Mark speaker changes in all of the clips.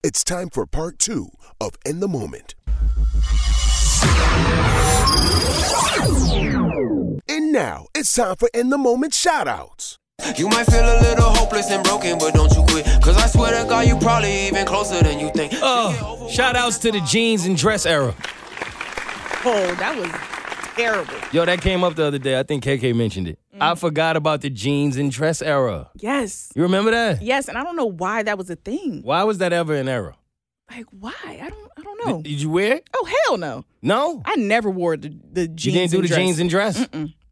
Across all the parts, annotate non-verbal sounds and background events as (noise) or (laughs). Speaker 1: It's time for part two of In the Moment. And now it's time for In the Moment shoutouts.
Speaker 2: You might feel a little hopeless and broken, but don't you quit. Cause I swear to God, you probably even closer than you think.
Speaker 3: Oh, shout outs to the jeans and dress era.
Speaker 4: Oh, that was terrible.
Speaker 3: Yo, that came up the other day. I think KK mentioned it. I
Speaker 4: Mm.
Speaker 3: forgot about the jeans and dress era.
Speaker 4: Yes.
Speaker 3: You remember that?
Speaker 4: Yes, and I don't know why that was a thing.
Speaker 3: Why was that ever an era?
Speaker 4: Like why? I don't I don't know.
Speaker 3: Did you wear it?
Speaker 4: oh hell no.
Speaker 3: No.
Speaker 4: I never wore the, the jeans.
Speaker 3: you didn't do
Speaker 4: and
Speaker 3: the
Speaker 4: dress.
Speaker 3: jeans and dress?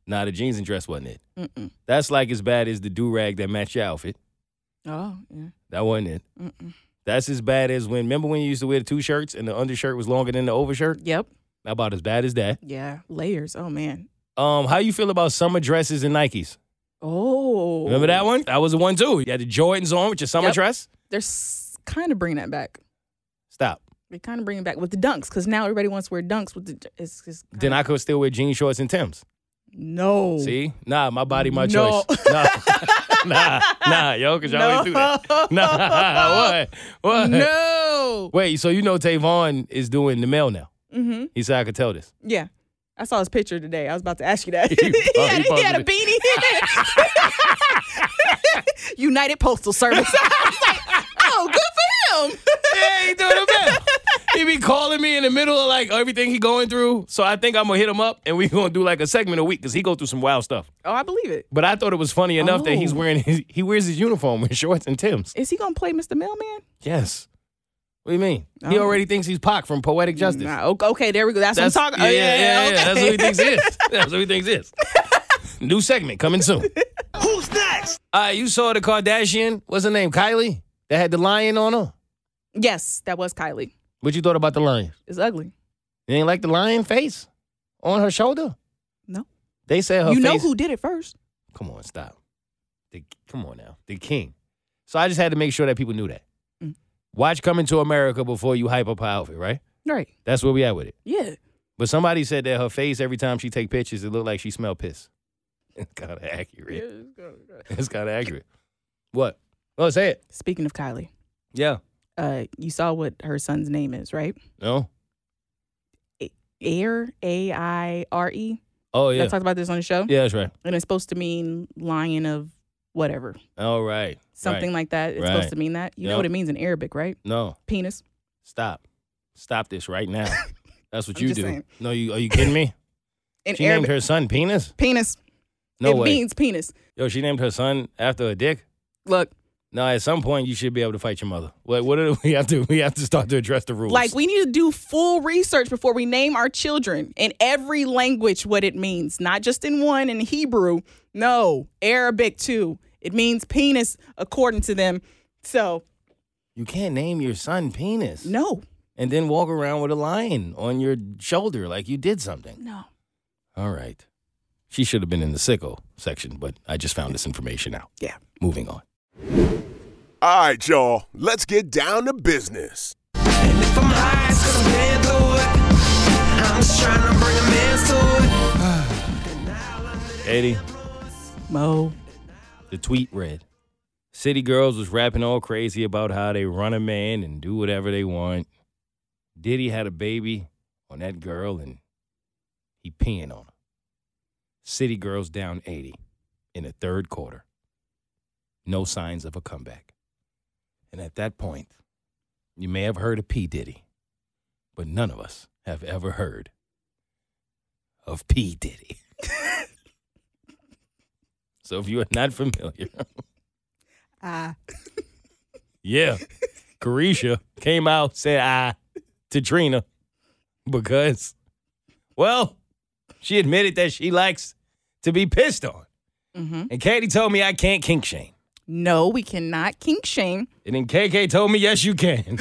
Speaker 3: Nah, the jeans and dress wasn't it. That's like as bad as the do rag that matched your outfit.
Speaker 4: Oh, yeah.
Speaker 3: That wasn't it. That's as bad as when, remember when you used to wear the two shirts and the undershirt was longer than the overshirt?
Speaker 4: Yep.
Speaker 3: About as bad as that.
Speaker 4: Yeah. Layers. Oh man.
Speaker 3: Um, how you feel about summer dresses and Nikes?
Speaker 4: Oh.
Speaker 3: Remember that one? That was the one too. You had the Jordans on with your summer
Speaker 4: Yep.
Speaker 3: dress.
Speaker 4: They're s- kind of bringing that back.
Speaker 3: Stop.
Speaker 4: They're kind of bringing it back with the dunks because now everybody wants to wear dunks with the. It's just
Speaker 3: Then I could still wear jean shorts and Tim's.
Speaker 4: no.
Speaker 3: See? Nah, my body, my
Speaker 4: No.
Speaker 3: (laughs) choice. Nah. nah, nah, yo, because y'all
Speaker 4: No.
Speaker 3: always do that. (laughs) Nah, what? What?
Speaker 4: No.
Speaker 3: Wait, so you know Tavon is doing the mail now.
Speaker 4: Mm-hmm.
Speaker 3: He said I could tell this.
Speaker 4: Yeah. I saw his picture today. I was about to ask you that.
Speaker 3: He
Speaker 4: he,
Speaker 3: po-
Speaker 4: had,
Speaker 3: he
Speaker 4: he had a
Speaker 3: posted
Speaker 4: beanie. United Postal Service. (laughs) I was like, oh, good for him. (laughs)
Speaker 3: Yeah, he doing the mail. He be calling me in the middle of like everything he going through. So I think I'm gonna hit him up and we gonna do like a segment a week because he go through some wild stuff.
Speaker 4: oh, I believe it.
Speaker 3: But I thought it was funny enough that he's
Speaker 4: Oh.
Speaker 3: wearing his he wears his uniform with shorts and Tim's.
Speaker 4: Is he gonna play Mr. Mailman?
Speaker 3: Yes. What do you mean? He
Speaker 4: Oh.
Speaker 3: already thinks he's Pac from Poetic Justice.
Speaker 4: Nah, o- okay, there we go. That's, what I'm talking. oh, yeah, yeah, okay.
Speaker 3: That's what he thinks is. That's what he thinks is. New segment coming soon. Who's next? Uh, you saw the Kardashian. What's her name? Kylie. That had the lion on her.
Speaker 4: (laughs) Yes, that was Kylie.
Speaker 3: What you thought about the lion?
Speaker 4: It's ugly.
Speaker 3: You ain't like the lion face on her shoulder.
Speaker 4: No.
Speaker 3: They said her
Speaker 4: you know
Speaker 3: face-
Speaker 4: who did it first.
Speaker 3: Come on, stop. The, come on now, the king. So I just had to make sure that people knew that.
Speaker 4: Mm.
Speaker 3: Watch Coming to America before you hype up her outfit, right?
Speaker 4: Right.
Speaker 3: That's where we at with it.
Speaker 4: Yeah.
Speaker 3: But somebody said that her face every time she take pictures, it looked like she smelled piss. (laughs) It's kind of accurate. It's kind of accurate. What? Oh, say it.
Speaker 4: Speaking of Kylie,
Speaker 3: Yeah.
Speaker 4: uh, you saw what her son's name is, right?
Speaker 3: No.
Speaker 4: Air A I R E.
Speaker 3: Oh yeah.
Speaker 4: I talked about this on the show.
Speaker 3: yeah, that's right.
Speaker 4: and it's supposed to mean lion of whatever,
Speaker 3: All right.
Speaker 4: something
Speaker 3: Right.
Speaker 4: like that. It's
Speaker 3: Right.
Speaker 4: supposed to mean that. You know
Speaker 3: Yep.
Speaker 4: what it means in Arabic, right?
Speaker 3: No.
Speaker 4: Penis.
Speaker 3: Stop. Stop this right
Speaker 4: (laughs)
Speaker 3: now. That's what
Speaker 4: I'm
Speaker 3: you
Speaker 4: just
Speaker 3: do.
Speaker 4: saying.
Speaker 3: No, you are you kidding
Speaker 4: (laughs)
Speaker 3: me?
Speaker 4: In
Speaker 3: she named
Speaker 4: Arabic,
Speaker 3: her son penis.
Speaker 4: penis.
Speaker 3: No
Speaker 4: it
Speaker 3: way.
Speaker 4: means penis.
Speaker 3: Yo, she named her son after a dick.
Speaker 4: Look,
Speaker 3: No, at some point you should be able to fight your mother. What? What do we have to? We have to start to address the rules.
Speaker 4: like we need to do full research before we name our children in every language what it means, not just in one in Hebrew. No, Arabic too. It means penis according to them. So,
Speaker 3: you can't name your son penis.
Speaker 4: no.
Speaker 3: and then walk around with a lion on your shoulder like you did something.
Speaker 4: No.
Speaker 3: All right. She should have been in the sicko section, but I just found this information out.
Speaker 4: Yeah.
Speaker 3: Moving on.
Speaker 1: All right, y'all, let's get down to business.
Speaker 2: And if I'm high, it's cause I'm paying through it. I'm just trying to bring a man to it.
Speaker 3: Eddie,
Speaker 4: Mo.
Speaker 3: the tweet read City girls was rapping all crazy about how they run a man and do whatever they want. Diddy had a baby on that girl and he peeing on her. City girls down 80 in the third quarter. No signs of a comeback. And at that point, you may have heard of P. Diddy, but none of us have ever heard of P. Diddy. (laughs) so if you are not familiar,
Speaker 4: Ah.
Speaker 3: yeah, Carisha came out, said I to Trina because, well, she admitted that she likes to be pissed on.
Speaker 4: hmm
Speaker 3: And Katie told me I can't kink shame.
Speaker 4: No, we cannot kink shame.
Speaker 3: And then KK told me, yes, you can.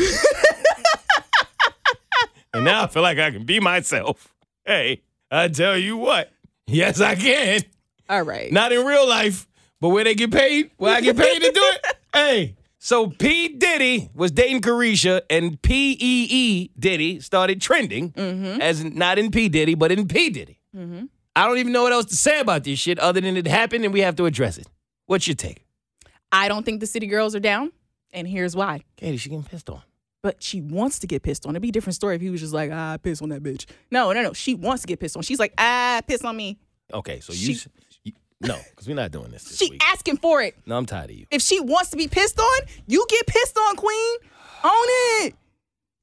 Speaker 3: (laughs) and now I feel like I can be myself. Hey, I tell you what, yes, I can.
Speaker 4: All right.
Speaker 3: Not in real life, but where they get paid, where I get paid to do it.
Speaker 4: (laughs)
Speaker 3: Hey, so P. Diddy was dating Carisha, and P.E.E. Diddy started trending,
Speaker 4: Mm-hmm.
Speaker 3: as in- not in P. Diddy, but in P. Diddy. I don't even know what else to say about this shit other than it happened and we have to address it. What's your take?
Speaker 4: I don't think the city girls are down, and here's why.
Speaker 3: Katie, she getting pissed on.
Speaker 4: but she wants to get pissed on. It'd be a different story if he was just like, ah, I piss on that bitch. No, no, no. She wants to get pissed on. She's like, ah, piss on me.
Speaker 3: Okay, so you,
Speaker 4: She-
Speaker 3: s- you no, because we're not doing this this
Speaker 4: She
Speaker 3: week.
Speaker 4: asking for it.
Speaker 3: No, I'm tired of you.
Speaker 4: If she wants to be pissed on, you get pissed on, queen. Own it.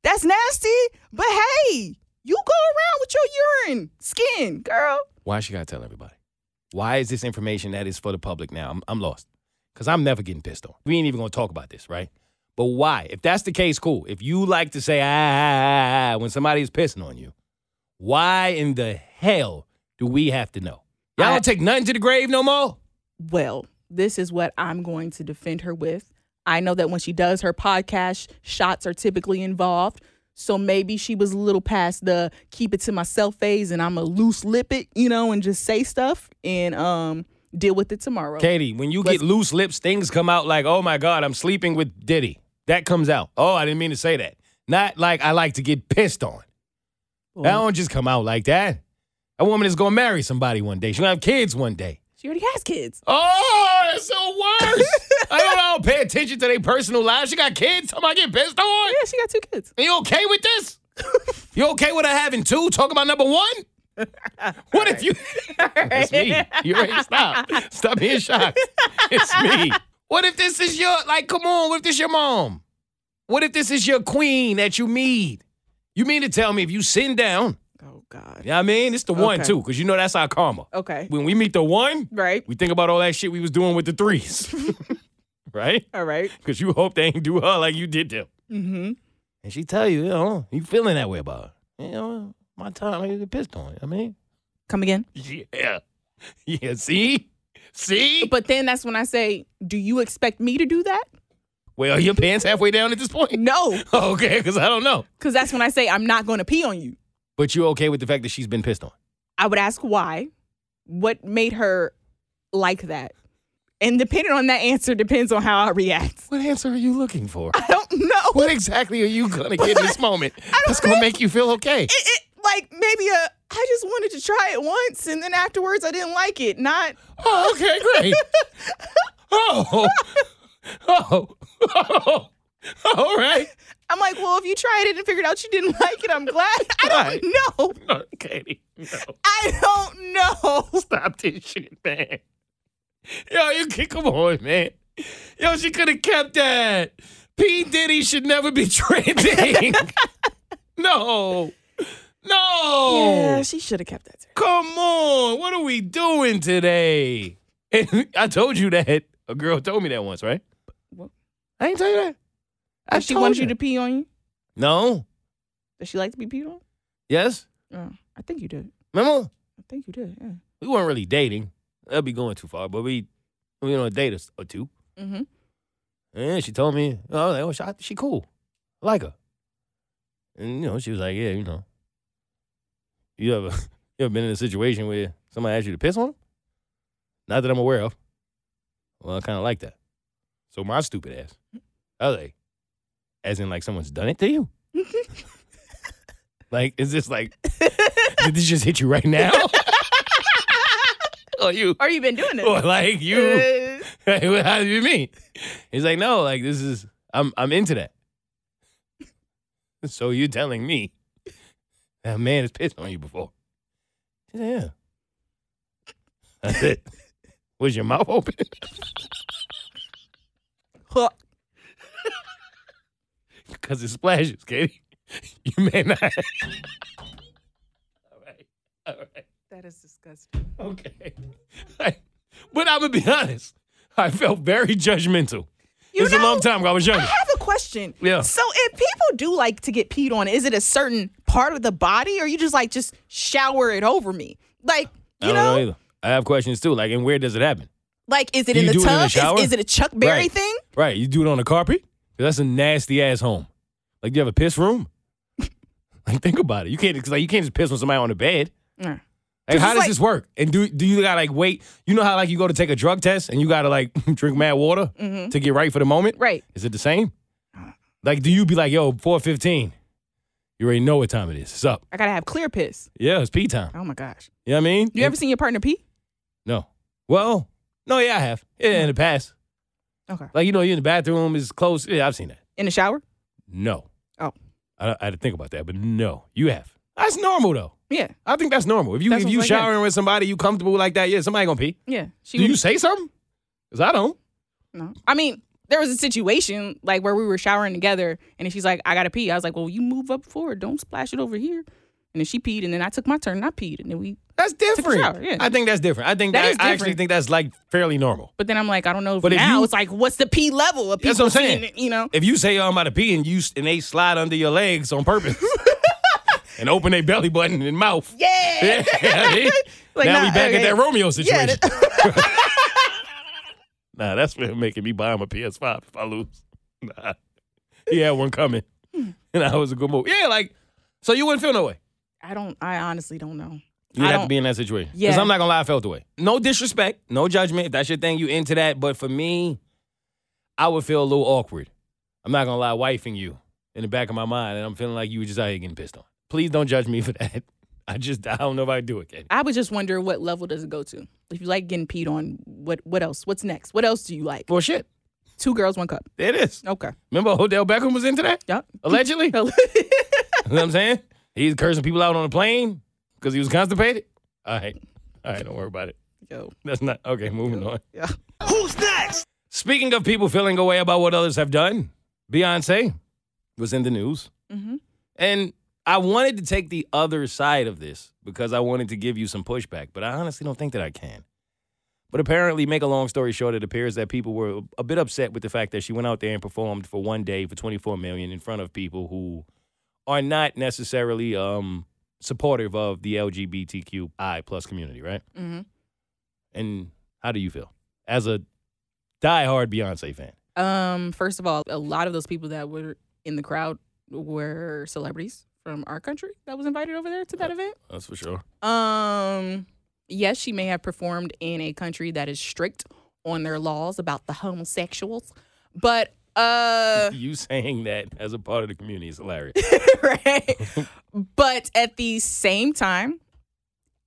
Speaker 4: That's nasty. But hey, you go around with your urine skin, girl.
Speaker 3: Why she gotta tell everybody? Why is this information that is for the public now? I'm, I'm lost. Because I'm never getting pissed on. We ain't even gonna talk about this, right? But why? If that's the case, cool. If you like to say ah, ah, ah, ah when somebody is pissing on you, why in the hell do we have to know? Y'all
Speaker 4: I-
Speaker 3: don't take nothing to the grave no more?
Speaker 4: Well, this is what I'm going to defend her with. I know that when she does her podcast, shots are typically involved. So maybe she was a little past the keep it to myself phase and I'm a loose lip it, you know, and just say stuff and um deal with it tomorrow.
Speaker 3: Katie, when you
Speaker 4: Let's-
Speaker 3: get loose lips, things come out like, oh my God, I'm sleeping with Diddy. That comes out. Oh, I didn't mean to say that. Not like I like to get pissed on.
Speaker 4: Well,
Speaker 3: That don't just come out like that. A woman is gonna marry somebody one day. She's gonna have kids one day.
Speaker 4: she already has kids.
Speaker 3: Oh, that's so
Speaker 4: (laughs)
Speaker 3: worse. I don't, I don't pay attention to their personal lives. She got kids. Somebody get pissed on.
Speaker 4: Yeah, she got two kids.
Speaker 3: And you okay with this? you okay with her having two? Talk about number one? What if you? it's me. You ain't stop. Stop being shocked. It's me. What if this is your like? Come on. What if this your mom? What if this is your queen that you meet? You mean to tell me if you sitting down?
Speaker 4: Oh God.
Speaker 3: You know what I mean? It's the one
Speaker 4: Okay.
Speaker 3: too, because you know that's our karma.
Speaker 4: Okay.
Speaker 3: When we meet the one,
Speaker 4: Right.
Speaker 3: we think about all that shit we was doing with the threes, (laughs) right?
Speaker 4: All right.
Speaker 3: Because you hope they ain't do her like you did them.
Speaker 4: Mm-hmm.
Speaker 3: And she tell you, you know, you feeling that way about her. You know, my time, I get pissed on. I mean,
Speaker 4: Come again.
Speaker 3: yeah, yeah. See, see.
Speaker 4: But then that's when I say, do you expect me to do that?
Speaker 3: well, your pants halfway down at this point.
Speaker 4: No,
Speaker 3: (laughs) okay, because I don't know.
Speaker 4: because that's when I say I'm not going to pee on you.
Speaker 3: But you okay with the fact that she's been pissed on?
Speaker 4: I would ask why, what made her like that, and depending on that answer depends on how I react.
Speaker 3: What answer are you looking for?
Speaker 4: I don't know.
Speaker 3: what exactly are you (laughs) gonna get in this moment that's gonna make you feel (laughs) okay?
Speaker 4: It, it, like maybe a, I just wanted to try it once, and then afterwards I didn't like it. Not
Speaker 3: Oh, okay, (laughs) great. oh. oh, (laughs) oh, all right.
Speaker 4: I'm like, well, if you tried it and figured out you didn't (laughs) like it, I'm glad. I
Speaker 3: Right.
Speaker 4: don't know.
Speaker 3: No, Katie, no,
Speaker 4: I don't know.
Speaker 3: stop this shit, man. Yo, you can come on, man. Yo, she could have kept that. P Diddy should never be (laughs) trending. no, no.
Speaker 4: Yeah, she should have kept that. to herself.
Speaker 3: Come on, what are we doing today? And I told you that a girl told me that once, right?
Speaker 4: What?
Speaker 3: I ain't tell you that. I
Speaker 4: If she
Speaker 3: told
Speaker 4: wanted you to pee on you.
Speaker 3: No.
Speaker 4: Does she like to be peed on?
Speaker 3: Yes.
Speaker 4: Oh, I think you did.
Speaker 3: Remember,
Speaker 4: I think you did. Yeah.
Speaker 3: we weren't really dating. That'd be going too far, but we, we know, a date or s- or two.
Speaker 4: Mm-hmm.
Speaker 3: And she told me, I was like, oh, she, I- she cool. I like her. And, you know, she was like, yeah, you know. You ever, (laughs) you ever been in a situation where somebody asked you to piss on them? Not that I'm aware of. Well, I kind of like that. So my stupid ass, I was like, as in like someone's done it to you? like, is this like, did this just hit you right now? or you,
Speaker 4: (laughs) Or you been doing
Speaker 3: or
Speaker 4: it?
Speaker 3: like you. (laughs) Hey, what- How do you mean? He's like, no, like this is I'm I'm into that. (laughs) So you telling me that man has pissed on you before? She's like, yeah. That's it. (laughs) Was your mouth open? (laughs)
Speaker 4: Huh.
Speaker 3: Because it splashes, Katie. (laughs) You may not. (laughs) All right. All right.
Speaker 4: That is disgusting.
Speaker 3: Okay. But I'm gonna be honest. I felt very judgmental.
Speaker 4: You
Speaker 3: it's a
Speaker 4: know-
Speaker 3: long time ago. I was
Speaker 4: I
Speaker 3: younger.
Speaker 4: have a question.
Speaker 3: Yeah.
Speaker 4: So if people do like to get peed on, is it a certain part of the body, or you just like just shower it over me? Like (laughs) you
Speaker 3: I don't
Speaker 4: know,
Speaker 3: know either. I have questions too. Like, and where does it happen?
Speaker 4: like is it
Speaker 3: Do
Speaker 4: in
Speaker 3: you
Speaker 4: the
Speaker 3: do it in the
Speaker 4: tub? Is-
Speaker 3: shower?
Speaker 4: is, it a Chuck Berry
Speaker 3: Right.
Speaker 4: thing?
Speaker 3: Right. You do it on the carpet? 'Cause That's a nasty ass home. Like you have a piss room? (laughs) like think about it. You can't 'cause, like you can't just piss on somebody on the bed.
Speaker 4: Mm.
Speaker 3: Like how
Speaker 4: it's
Speaker 3: does
Speaker 4: like-
Speaker 3: this work? And do do you gotta like wait? You know how like you go to take a drug test and you gotta like (laughs) drink mad water to get right for the moment?
Speaker 4: Mm-hmm. Right.
Speaker 3: Is it the same? Like do you be like, yo, 415? You already know what time it is. It's up.
Speaker 4: I gotta have clear piss.
Speaker 3: Yeah, it's pee time.
Speaker 4: Oh my gosh.
Speaker 3: You know what I mean?
Speaker 4: You ever seen your partner pee?
Speaker 3: No. Well, no, yeah, I have. Yeah, in the past.
Speaker 4: Okay.
Speaker 3: Like, you know, you're in the bathroom, it's close. Yeah, I've seen that.
Speaker 4: In the shower?
Speaker 3: No.
Speaker 4: Oh,
Speaker 3: I, I had to think about that, but no, you have. That's normal though.
Speaker 4: yeah,
Speaker 3: I think that's normal. If you
Speaker 4: That's
Speaker 3: if
Speaker 4: what
Speaker 3: you
Speaker 4: I'm saying.
Speaker 3: showering with somebody, you comfortable like that, yeah, somebody gonna pee.
Speaker 4: yeah. She
Speaker 3: Do you
Speaker 4: was-
Speaker 3: say something? Cause I don't.
Speaker 4: No. I mean, there was a situation like where we were showering together, and then she's like, "I gotta pee." I was like, "Well, you move up forward. Don't splash it over here." And then she peed, and then I took my turn, and I peed, and then we.
Speaker 3: That's different.
Speaker 4: shower, yeah.
Speaker 3: I think that's different. I think
Speaker 4: That
Speaker 3: that,
Speaker 4: is
Speaker 3: I actually
Speaker 4: different.
Speaker 3: think that's like fairly normal.
Speaker 4: But then I'm like, I don't know. If
Speaker 3: But if
Speaker 4: now
Speaker 3: you-
Speaker 4: it's like, what's the pee level of people?
Speaker 3: That's what I'm saying.
Speaker 4: seeing it, you know.
Speaker 3: If you say oh, I'm about to pee and you s- and they slide under your legs on
Speaker 4: (laughs)
Speaker 3: purpose and open their belly button and mouth. (laughs)
Speaker 4: (laughs) Yeah.
Speaker 3: I mean,
Speaker 4: Like,
Speaker 3: now
Speaker 4: nah,
Speaker 3: we back at
Speaker 4: okay.
Speaker 3: that Romeo situation. (laughs)
Speaker 4: Yeah,
Speaker 3: nah, that's for making me buy him a PS5 if I lose. (laughs) Nah. He had one coming. And I was a good move. Yeah, like, so you wouldn't feel no way.
Speaker 4: (laughs) I don't. I honestly don't know.
Speaker 3: You'd
Speaker 4: I
Speaker 3: have to
Speaker 4: don't-
Speaker 3: be in that situation. Because
Speaker 4: Yeah.
Speaker 3: I'm not gonna lie, I felt the way. No disrespect, no judgment. If that's your thing, you into that. But for me, I would feel a little awkward. I'm not gonna lie, wifing you in the back of my mind, and I'm feeling like you were just out here getting pissed on. Please don't judge me for (laughs) that. I just I don't know if I do it, Katie.
Speaker 4: I would just wonder what level does it go to. If you like getting peed on, what what else? What's next? What else do you like?
Speaker 3: Well shit.
Speaker 4: Two girls, one cup.
Speaker 3: There it is.
Speaker 4: Okay.
Speaker 3: Remember Odell Beckham was into that?
Speaker 4: (laughs) Yep.
Speaker 3: Allegedly. you know what I'm saying? He's cursing people out on the plane because he was constipated. All right. All right, don't worry about it.
Speaker 4: Yo.
Speaker 3: That's not okay, moving on.
Speaker 4: Yeah.
Speaker 3: Speaking of people feeling away about what others have done, Beyonce was in the news.
Speaker 4: Mhm.
Speaker 3: And I wanted to take the other side of this because I wanted to give you some pushback, but I honestly don't think that I can. But apparently, make a long story short, it appears that people were a bit upset with the fact that she went out there and performed for one day for 24 million in front of people who are not necessarily um, supportive of the LGBTQI plus community, right?
Speaker 4: hmm
Speaker 3: And how do you feel as a diehard Beyonce fan?
Speaker 4: Um, first of all, a lot of those people that were in the crowd were celebrities from our country that was invited over there to that event.
Speaker 3: That's for sure.
Speaker 4: Um, yes, she may have performed in a country that is strict on their laws about the homosexuals, but uh, (laughs)
Speaker 3: you saying that as a part of the community is hilarious.
Speaker 4: right? but at the same time,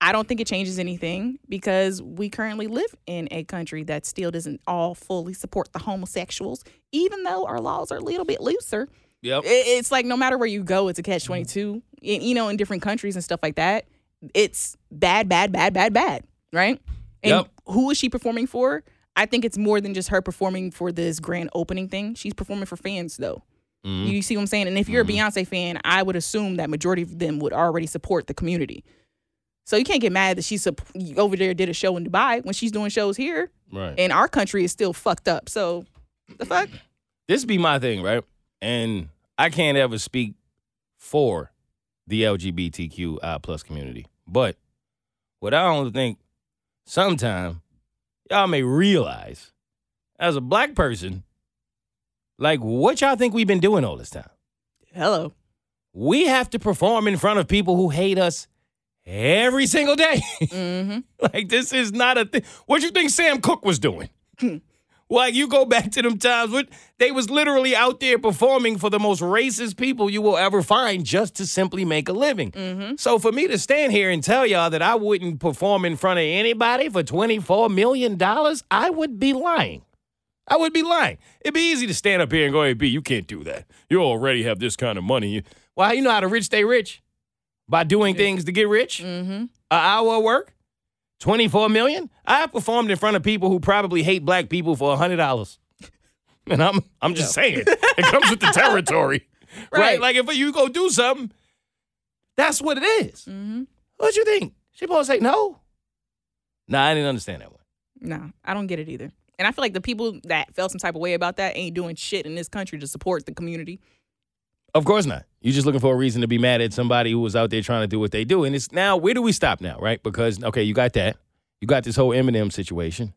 Speaker 4: I don't think it changes anything because we currently live in a country that still doesn't all fully support the homosexuals, even though our laws are a little bit looser.
Speaker 3: yep.
Speaker 4: It- It's like no matter where you go, it's a catch 22, Y- you know, in different countries and stuff like that. It's bad, bad, bad, bad, bad, right? And
Speaker 3: Yep.
Speaker 4: who is she performing for? I think it's more than just her performing for this grand opening thing. She's performing for fans, though.
Speaker 3: Mhm.
Speaker 4: You see what I'm saying? And if you're a Beyonce fan, I would assume that majority of them would already support the community. So you can't get mad that she's sup- over there did a show in Dubai when she's doing shows here,
Speaker 3: Right.
Speaker 4: and our country is still fucked up. So the fuck?
Speaker 3: this be my thing, right? And I can't ever speak for the LGBTQI plus community. But what I only think sometime y'all may realize as a black person, like what y'all think we've been doing all this time?
Speaker 4: Hello.
Speaker 3: We have to perform in front of people who hate us every single day.
Speaker 4: Mm-hmm.
Speaker 3: (laughs) Like this is not a thing. What you think Sam Cook was doing? like you go back to them times when they was literally out there performing for the most racist people you will ever find just to simply make a living. So for me to stand here and tell y'all that I wouldn't perform in front of anybody for twenty four million dollars, I would be lying. I would be lying. It'd be easy to stand up here and go, "Hey, B, you can't do that. You already have this kind of money." Well, you know how the rich stay rich by doing things to get rich
Speaker 4: Mm-hmm.
Speaker 3: an hour of work, 24 million. I performed in front of people who probably hate black people for $100. (laughs) And I'm I'm just saying, it comes
Speaker 4: (laughs)
Speaker 3: with the territory. right.
Speaker 4: Right.
Speaker 3: Like if you go do something, that's what it is.
Speaker 4: Mm-hmm.
Speaker 3: What you think? She supposed to say no? Nah, I didn't understand that one.
Speaker 4: No, I don't get it either. And I feel like the people that felt some type of way about that ain't doing shit in this country to support the community.
Speaker 3: Of course not. You're just looking for a reason to be mad at somebody who was out there trying to do what they do. And it's now, where do we stop now, right? Because, okay, you got that. You got this whole Eminem situation.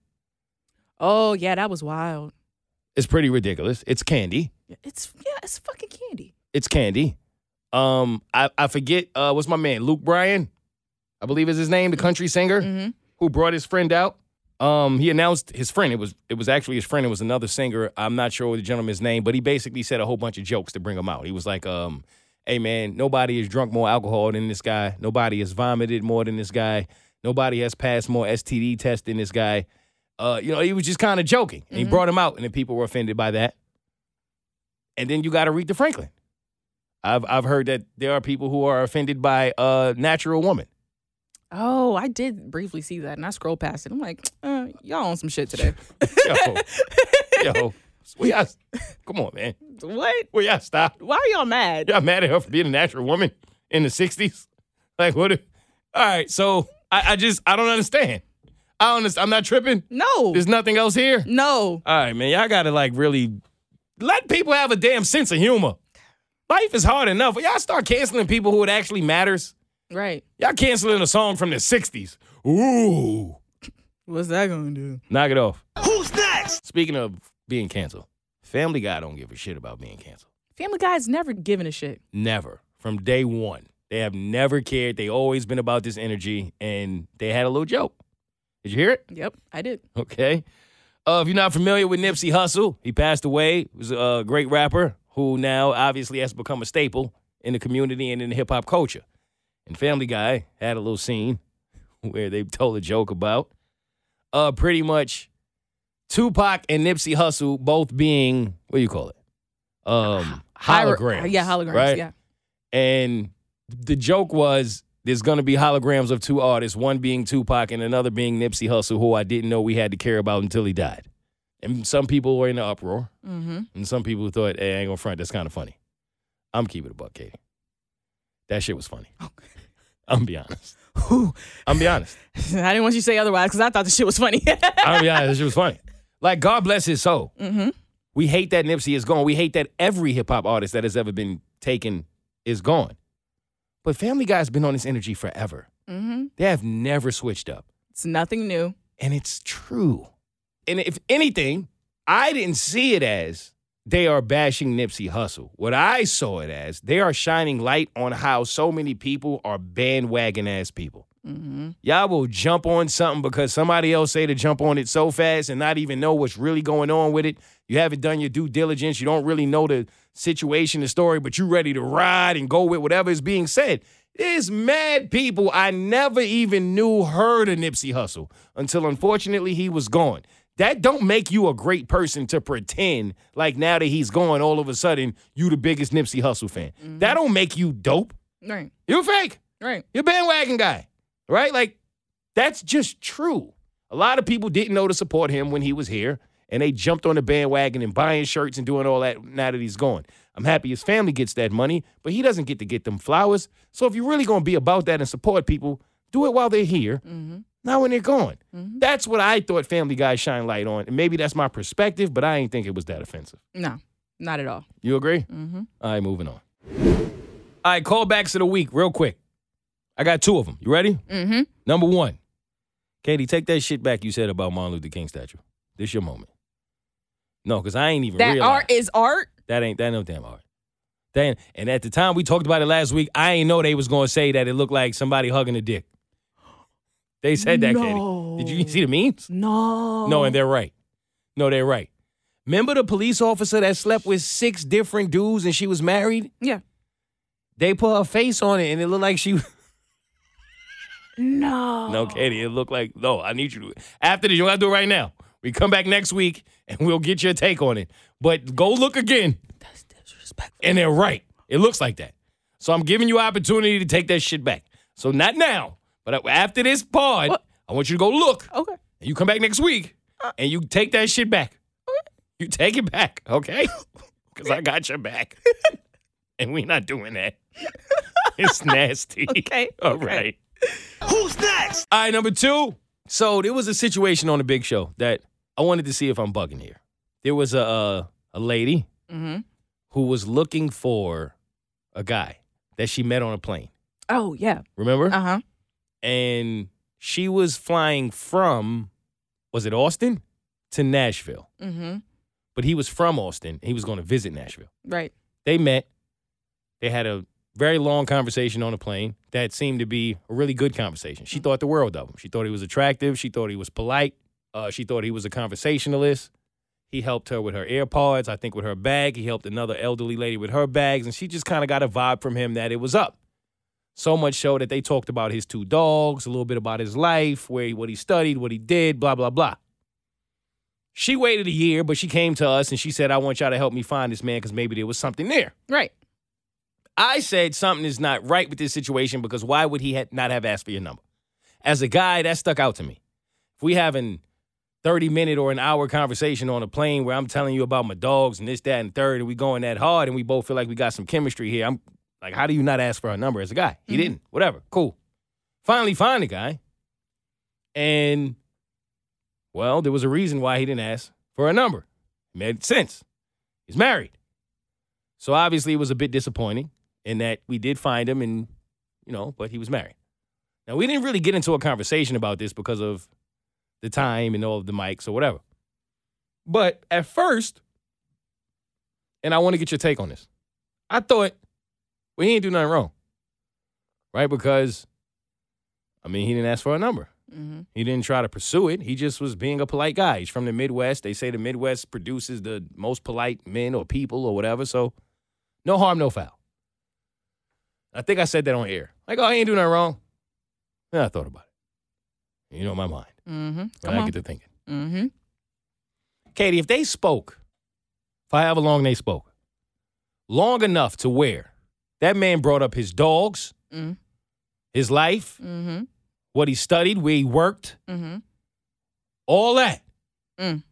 Speaker 4: Oh yeah, that was wild.
Speaker 3: It's pretty ridiculous. It's candy.
Speaker 4: It's yeah, it's fucking candy.
Speaker 3: it's candy. Um, I, I forget uh, what's my man Luke Bryan, I believe is his name, the country singer
Speaker 4: Mm-hmm.
Speaker 3: who brought his friend out. Um, he announced his friend. It was it was actually his friend. It was another singer. I'm not sure the gentleman's name, but he basically said a whole bunch of jokes to bring him out. He was like, um, "Hey man, nobody has drunk more alcohol than this guy. Nobody has vomited more than this guy. Nobody has passed more STD tests than this guy." Uh, you know, he was just kind of joking, and he brought him out, and then people were offended by that. And then you got Aretha Franklin. I've I've heard that there are people who are offended by uh, natural woman.
Speaker 4: Oh, I did briefly see that, and I scrolled past it. I'm like, uh, y'all on some shit today.
Speaker 3: Yo, yo, we y'all, come on, man.
Speaker 4: (laughs) what?
Speaker 3: Will y'all stop?
Speaker 4: Why are y'all mad?
Speaker 3: Y'all mad at her for being a natural woman in the '60s? Like what? if- all right, so I, I just I don't understand. I don't. underst- I'm not tripping.
Speaker 4: No,
Speaker 3: There's nothing else here.
Speaker 4: no.
Speaker 3: All right, man. Y'all gotta like really let people have a damn sense of humor. Life is hard enough. Y'all start canceling people who it actually matters.
Speaker 4: Right.
Speaker 3: Y'all canceling a song from the '60s. Ooh,
Speaker 4: What's that gonna do?
Speaker 3: knock it off. Who's next? Speaking of being canceled, Family Guy don't give a shit about being canceled.
Speaker 4: Family Guy's never given a shit.
Speaker 3: Never. From day one, they have never cared. They always been about this energy, and they had a little joke. Did you hear it?
Speaker 4: Yep, I did.
Speaker 3: Okay. Uh, if you're not familiar with Nipsey Hussle, he passed away. He was a great rapper who now obviously has become a staple in the community and in the hip hop culture. And Family Guy had a little scene (laughs) where they told a joke about uh, pretty much Tupac and Nipsey Hussle both being what do you call it? Um, holograms.
Speaker 4: yeah, holograms.
Speaker 3: right?
Speaker 4: Yeah. (laughs)
Speaker 3: And the joke was there's going to be holograms of two artists, one being Tupac and another being Nipsey Hussle, who I didn't know we had to care about until he died. And some people were in the uproar,
Speaker 4: Mm-hmm.
Speaker 3: and some people thought, hey, I ain't going to front. That's kind of funny. I'm keeping it a buck, Katie. That shit was funny. I'm be honest. I'm be honest.
Speaker 4: I didn't want you to say otherwise because I thought the shit was funny. (laughs)
Speaker 3: I'm be honest. That shit was funny. Like, God bless his soul.
Speaker 4: mm-hmm.
Speaker 3: We hate that Nipsey is gone. We hate that every hip hop artist that has ever been taken is gone. But Family Guy's been on this energy forever.
Speaker 4: Mm-hmm.
Speaker 3: They have never switched up.
Speaker 4: It's nothing new.
Speaker 3: And it's true. And if anything, I didn't see it as they are bashing Nipsey Hussle. What I saw it as, they are shining light on how so many people are bandwagon ass people.
Speaker 4: Mm-hmm.
Speaker 3: Y'all will jump on something because somebody else say to jump on it so fast and not even know what's really going on with it. You haven't done your due diligence. You don't really know the situation, the story, but you ready to ride and go with whatever is being said. There's mad people I never even knew heard of Nipsey Hussle until unfortunately he was gone. That don't make you a great person to pretend like now that he's gone, all of a sudden you the biggest Nipsey Hussle fan. That don't make you dope.
Speaker 4: Right.
Speaker 3: You fake.
Speaker 4: Right.
Speaker 3: You're a bandwagon guy, right? Like, that's just true. A lot of people didn't know to support him when he was here, and they jumped on the bandwagon and buying shirts and doing all that now that he's gone. I'm happy his family gets that money, but he doesn't get to get them flowers. So if you're really going to be about that and support people, do it while they're here,
Speaker 4: Mm-hmm.
Speaker 3: not when they're gone.
Speaker 4: Mhm.
Speaker 3: That's what I thought Family Guy shine light on. And maybe that's my perspective, but I ain't think it was that offensive.
Speaker 4: No, not at all.
Speaker 3: You agree?
Speaker 4: Mm-hmm.
Speaker 3: All right, moving on. All right, callbacks of the week, real quick. I got two of them. You ready?
Speaker 4: Mm-hmm.
Speaker 3: Number one, Katie, take that shit back you said about Martin Luther King statue. This your moment. No, because I ain't even
Speaker 4: That
Speaker 3: realize
Speaker 4: art is art.
Speaker 3: that ain't that no damn art. That ain't- and at the time we talked about it last week, I ain't know they was gonna say that it looked like somebody hugging a dick. They said that, Katie. Did you
Speaker 4: No.
Speaker 3: see the memes?
Speaker 4: No.
Speaker 3: No, and they're right. No, they're right. Remember the police officer that slept with six different dudes and she was married?
Speaker 4: Yeah.
Speaker 3: They put her face on it and it looked like she Oh.
Speaker 4: No.
Speaker 3: No, Katie, it looked like no. I need you to after this. You don't have to do it right now. We come back next week and we'll get your take on it. But go look again,
Speaker 4: That's disrespectful.
Speaker 3: and they're right. It looks like that. So I'm giving you opportunity to take that shit back. So not now, but after this pod,
Speaker 4: What?
Speaker 3: I want you to go look.
Speaker 4: Okay.
Speaker 3: And you come back next week
Speaker 4: Uh,
Speaker 3: and you take that shit back. You take it back, okay?
Speaker 4: (laughs)
Speaker 3: Because I got your back. and we're not doing that. It's nasty.
Speaker 4: (laughs) Okay,
Speaker 3: (laughs) All
Speaker 4: okay.
Speaker 3: right. Who's next? All right, number two. So there was a situation on the big show that I wanted to see if I'm bugging here. There was a uh, a lady
Speaker 4: Mm-hmm.
Speaker 3: who was looking for a guy that she met on a plane.
Speaker 4: Oh yeah.
Speaker 3: Remember?
Speaker 4: Uh huh.
Speaker 3: and she was flying from was it Austin to Nashville.
Speaker 4: Mm-hmm.
Speaker 3: But he was from Austin. He was going to visit Nashville.
Speaker 4: Right.
Speaker 3: They met. They had a very long conversation on the plane that seemed to be a really good conversation. She thought the world of him. She thought he was attractive. She thought he was polite. Uh, she thought he was a conversationalist. He helped her with her AirPods, I think with her bag. He helped another elderly lady with her bags. And she just kind of got a vibe from him that it was up. So much so that they talked about his two dogs, a little bit about his life, where he, what he studied, what he did, blah, blah, blah. She waited a year, but she came to us and she said, I want y'all to help me find this man because maybe there was something there.
Speaker 4: Right.
Speaker 3: I said something is not right with this situation because why would he ha- not have asked for your number? As a guy, that stuck out to me. If we having 30 minute or an hour conversation on a plane where I'm telling you about my dogs and this, that, and third, and we going that hard and we both feel like we got some chemistry here, I'm like, how do you not ask for her number as a guy? He didn't. Whatever. Cool. Finally find the guy. And well, there was a reason why he didn't ask for a number. It made sense. He's married. So obviously it was a bit disappointing in that we did find him and you know, but he was married. Now we didn't really get into a conversation about this because of the time and all of the mics or whatever. But at first, and I want to get your take on this, I thought, well, he didn't do nothing wrong. Right? Because I mean, he didn't ask for a number.
Speaker 4: Mm-hmm.
Speaker 3: He didn't try to pursue it. He just was being a polite guy. He's from the Midwest. They say the Midwest produces the most polite men or people or whatever. So, no harm, no foul. I think I said that on air. Like, oh, he ain't doing nothing wrong. Then I thought about it. You know my mind.
Speaker 4: Mm-hmm.
Speaker 3: When
Speaker 4: Come
Speaker 3: I
Speaker 4: on.
Speaker 3: get to thinking.
Speaker 4: Mm-hmm.
Speaker 3: Katie, if they spoke, for however long they spoke, long enough to where that man brought up his dogs,
Speaker 4: Mm.
Speaker 3: his life,
Speaker 4: Mm-hmm.
Speaker 3: what he studied, where he worked,
Speaker 4: Mm-hmm.
Speaker 3: all that.
Speaker 4: Mm.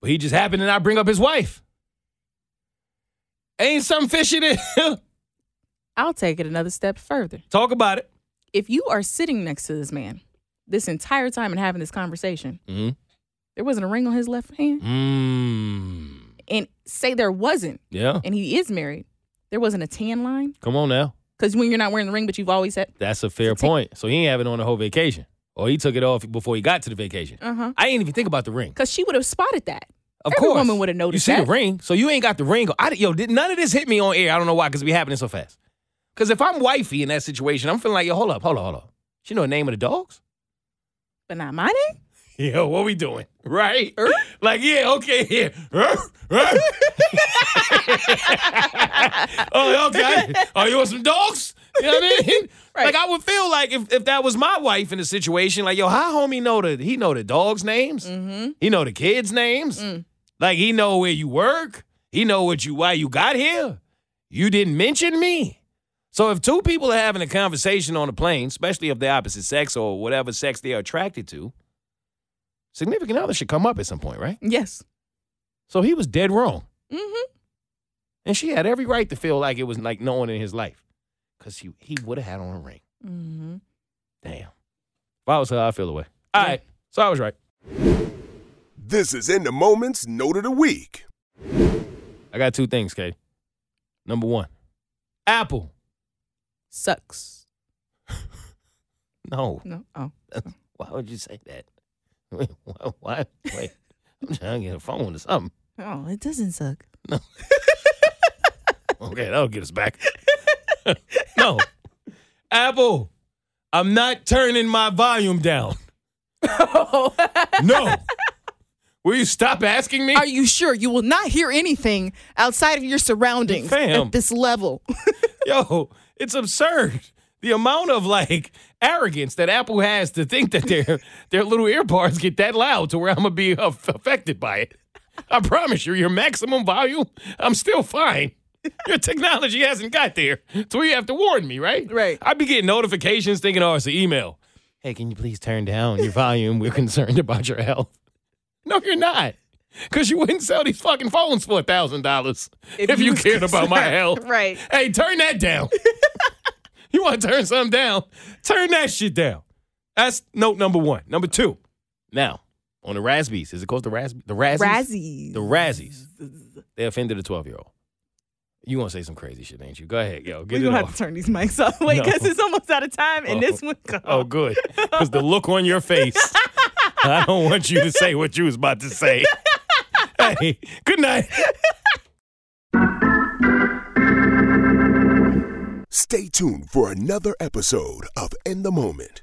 Speaker 3: But he just happened to not bring up his wife. Ain't something fishy there.
Speaker 4: I'll take it another step further.
Speaker 3: (laughs) Talk about it.
Speaker 4: If you are sitting next to this man this entire time and having this conversation,
Speaker 3: Mhm.
Speaker 4: there wasn't a ring on his left hand,
Speaker 3: Mmm.
Speaker 4: and say there wasn't,
Speaker 3: Yeah.
Speaker 4: and he is married, there wasn't a tan line.
Speaker 3: Come on now.
Speaker 4: Because when you're not wearing the ring, but you've always had,
Speaker 3: That's a fair
Speaker 4: It's a ta-
Speaker 3: point. So he ain't have it on the whole vacation. Or he took it off before he got to the vacation.
Speaker 4: uh huh.
Speaker 3: I didn't even think about the ring.
Speaker 4: Because she would have spotted that.
Speaker 3: Of
Speaker 4: Every
Speaker 3: course.
Speaker 4: woman would have noticed
Speaker 3: You see
Speaker 4: that.
Speaker 3: the ring, so you ain't got the ring. I, di- yo, did, none of this hit me on air. I don't know why, because it be happening so fast. Because if I'm wifey in that situation, I'm feeling like, yo, hold up, hold up, hold up. She know the name of the dogs?
Speaker 4: But not my name.
Speaker 3: (laughs) Yo, what we doing? Right? (laughs) like, yeah, okay, yeah. (laughs) oh, okay. (laughs) Oh, you want some dogs? You know what I mean?
Speaker 4: Right.
Speaker 3: Like I would feel like if, if that was my wife in the situation, like, yo, how homie know the he know the dogs' names?
Speaker 4: Mm-hmm.
Speaker 3: He know the kids' names.
Speaker 4: Mm.
Speaker 3: Like he know where you work. He know what you why you got here. You didn't mention me. So if two people are having a conversation on a plane, especially if they're opposite sex or whatever sex they are attracted to, significant other should come up at some point, right?
Speaker 4: Yes.
Speaker 3: So he was dead wrong.
Speaker 4: Mm-hmm.
Speaker 3: And she had every right to feel like it was like no one in his life. Cause he he would have had on a ring.
Speaker 4: Mm-hmm.
Speaker 3: Damn. If I was her, I'd feel the way. All right. So I was right.
Speaker 1: This is In the Moment's Note of the Week.
Speaker 3: I got two things, Katie. Number one, Apple.
Speaker 4: Sucks.
Speaker 3: No.
Speaker 4: No. Oh.
Speaker 3: Why would you say that? (laughs) Wait, why? why wait, I'm trying to get a phone or something.
Speaker 4: Oh, it doesn't suck.
Speaker 3: Okay, that'll get us back. (laughs) no, Apple, I'm not turning my volume
Speaker 4: (laughs)
Speaker 3: down.
Speaker 4: Oh.
Speaker 3: No. Will you stop asking me?
Speaker 4: (laughs) Are you sure you will not hear anything outside of your surroundings
Speaker 3: Fam.
Speaker 4: at this level?
Speaker 3: (laughs) Yo, it's absurd. The amount of like arrogance that Apple has to think that their (laughs) their little earbuds get that loud to where I'm gonna be aff- affected by it. I promise you, your maximum volume, I'm still fine. Your technology hasn't got there to where you have to warn me, right?
Speaker 4: Right.
Speaker 3: I'd be getting notifications thinking, oh, it's an email. Hey, can you please turn down your volume? We're concerned about your health. No, you're not. Because you wouldn't sell these fucking phones for $1,000 if,
Speaker 4: you
Speaker 3: you
Speaker 4: was
Speaker 3: cared about my
Speaker 4: concerned.
Speaker 3: health.
Speaker 4: (laughs) Right.
Speaker 3: Hey, turn that down. (laughs) you want to turn something down? Turn that shit down. That's note number one. Number two. Now, on the Razzies, is it called the Razz? The Razzies?
Speaker 4: Razzies.
Speaker 3: The Razzies. They offended a 12 year old. You want to say some crazy shit, ain't you? Go ahead, yo. Get
Speaker 4: We're
Speaker 3: it
Speaker 4: gonna have to
Speaker 3: off.
Speaker 4: turn these mics off. (laughs) Wait,
Speaker 3: No.
Speaker 4: because it's almost out of time and
Speaker 3: Oh.
Speaker 4: this one goes.
Speaker 3: Oh, good. Because the look on your
Speaker 4: (laughs)
Speaker 3: face. I don't want you to say what you was about to
Speaker 4: (laughs)
Speaker 3: say. hey, good night.
Speaker 1: Stay tuned for another episode of In the Moment.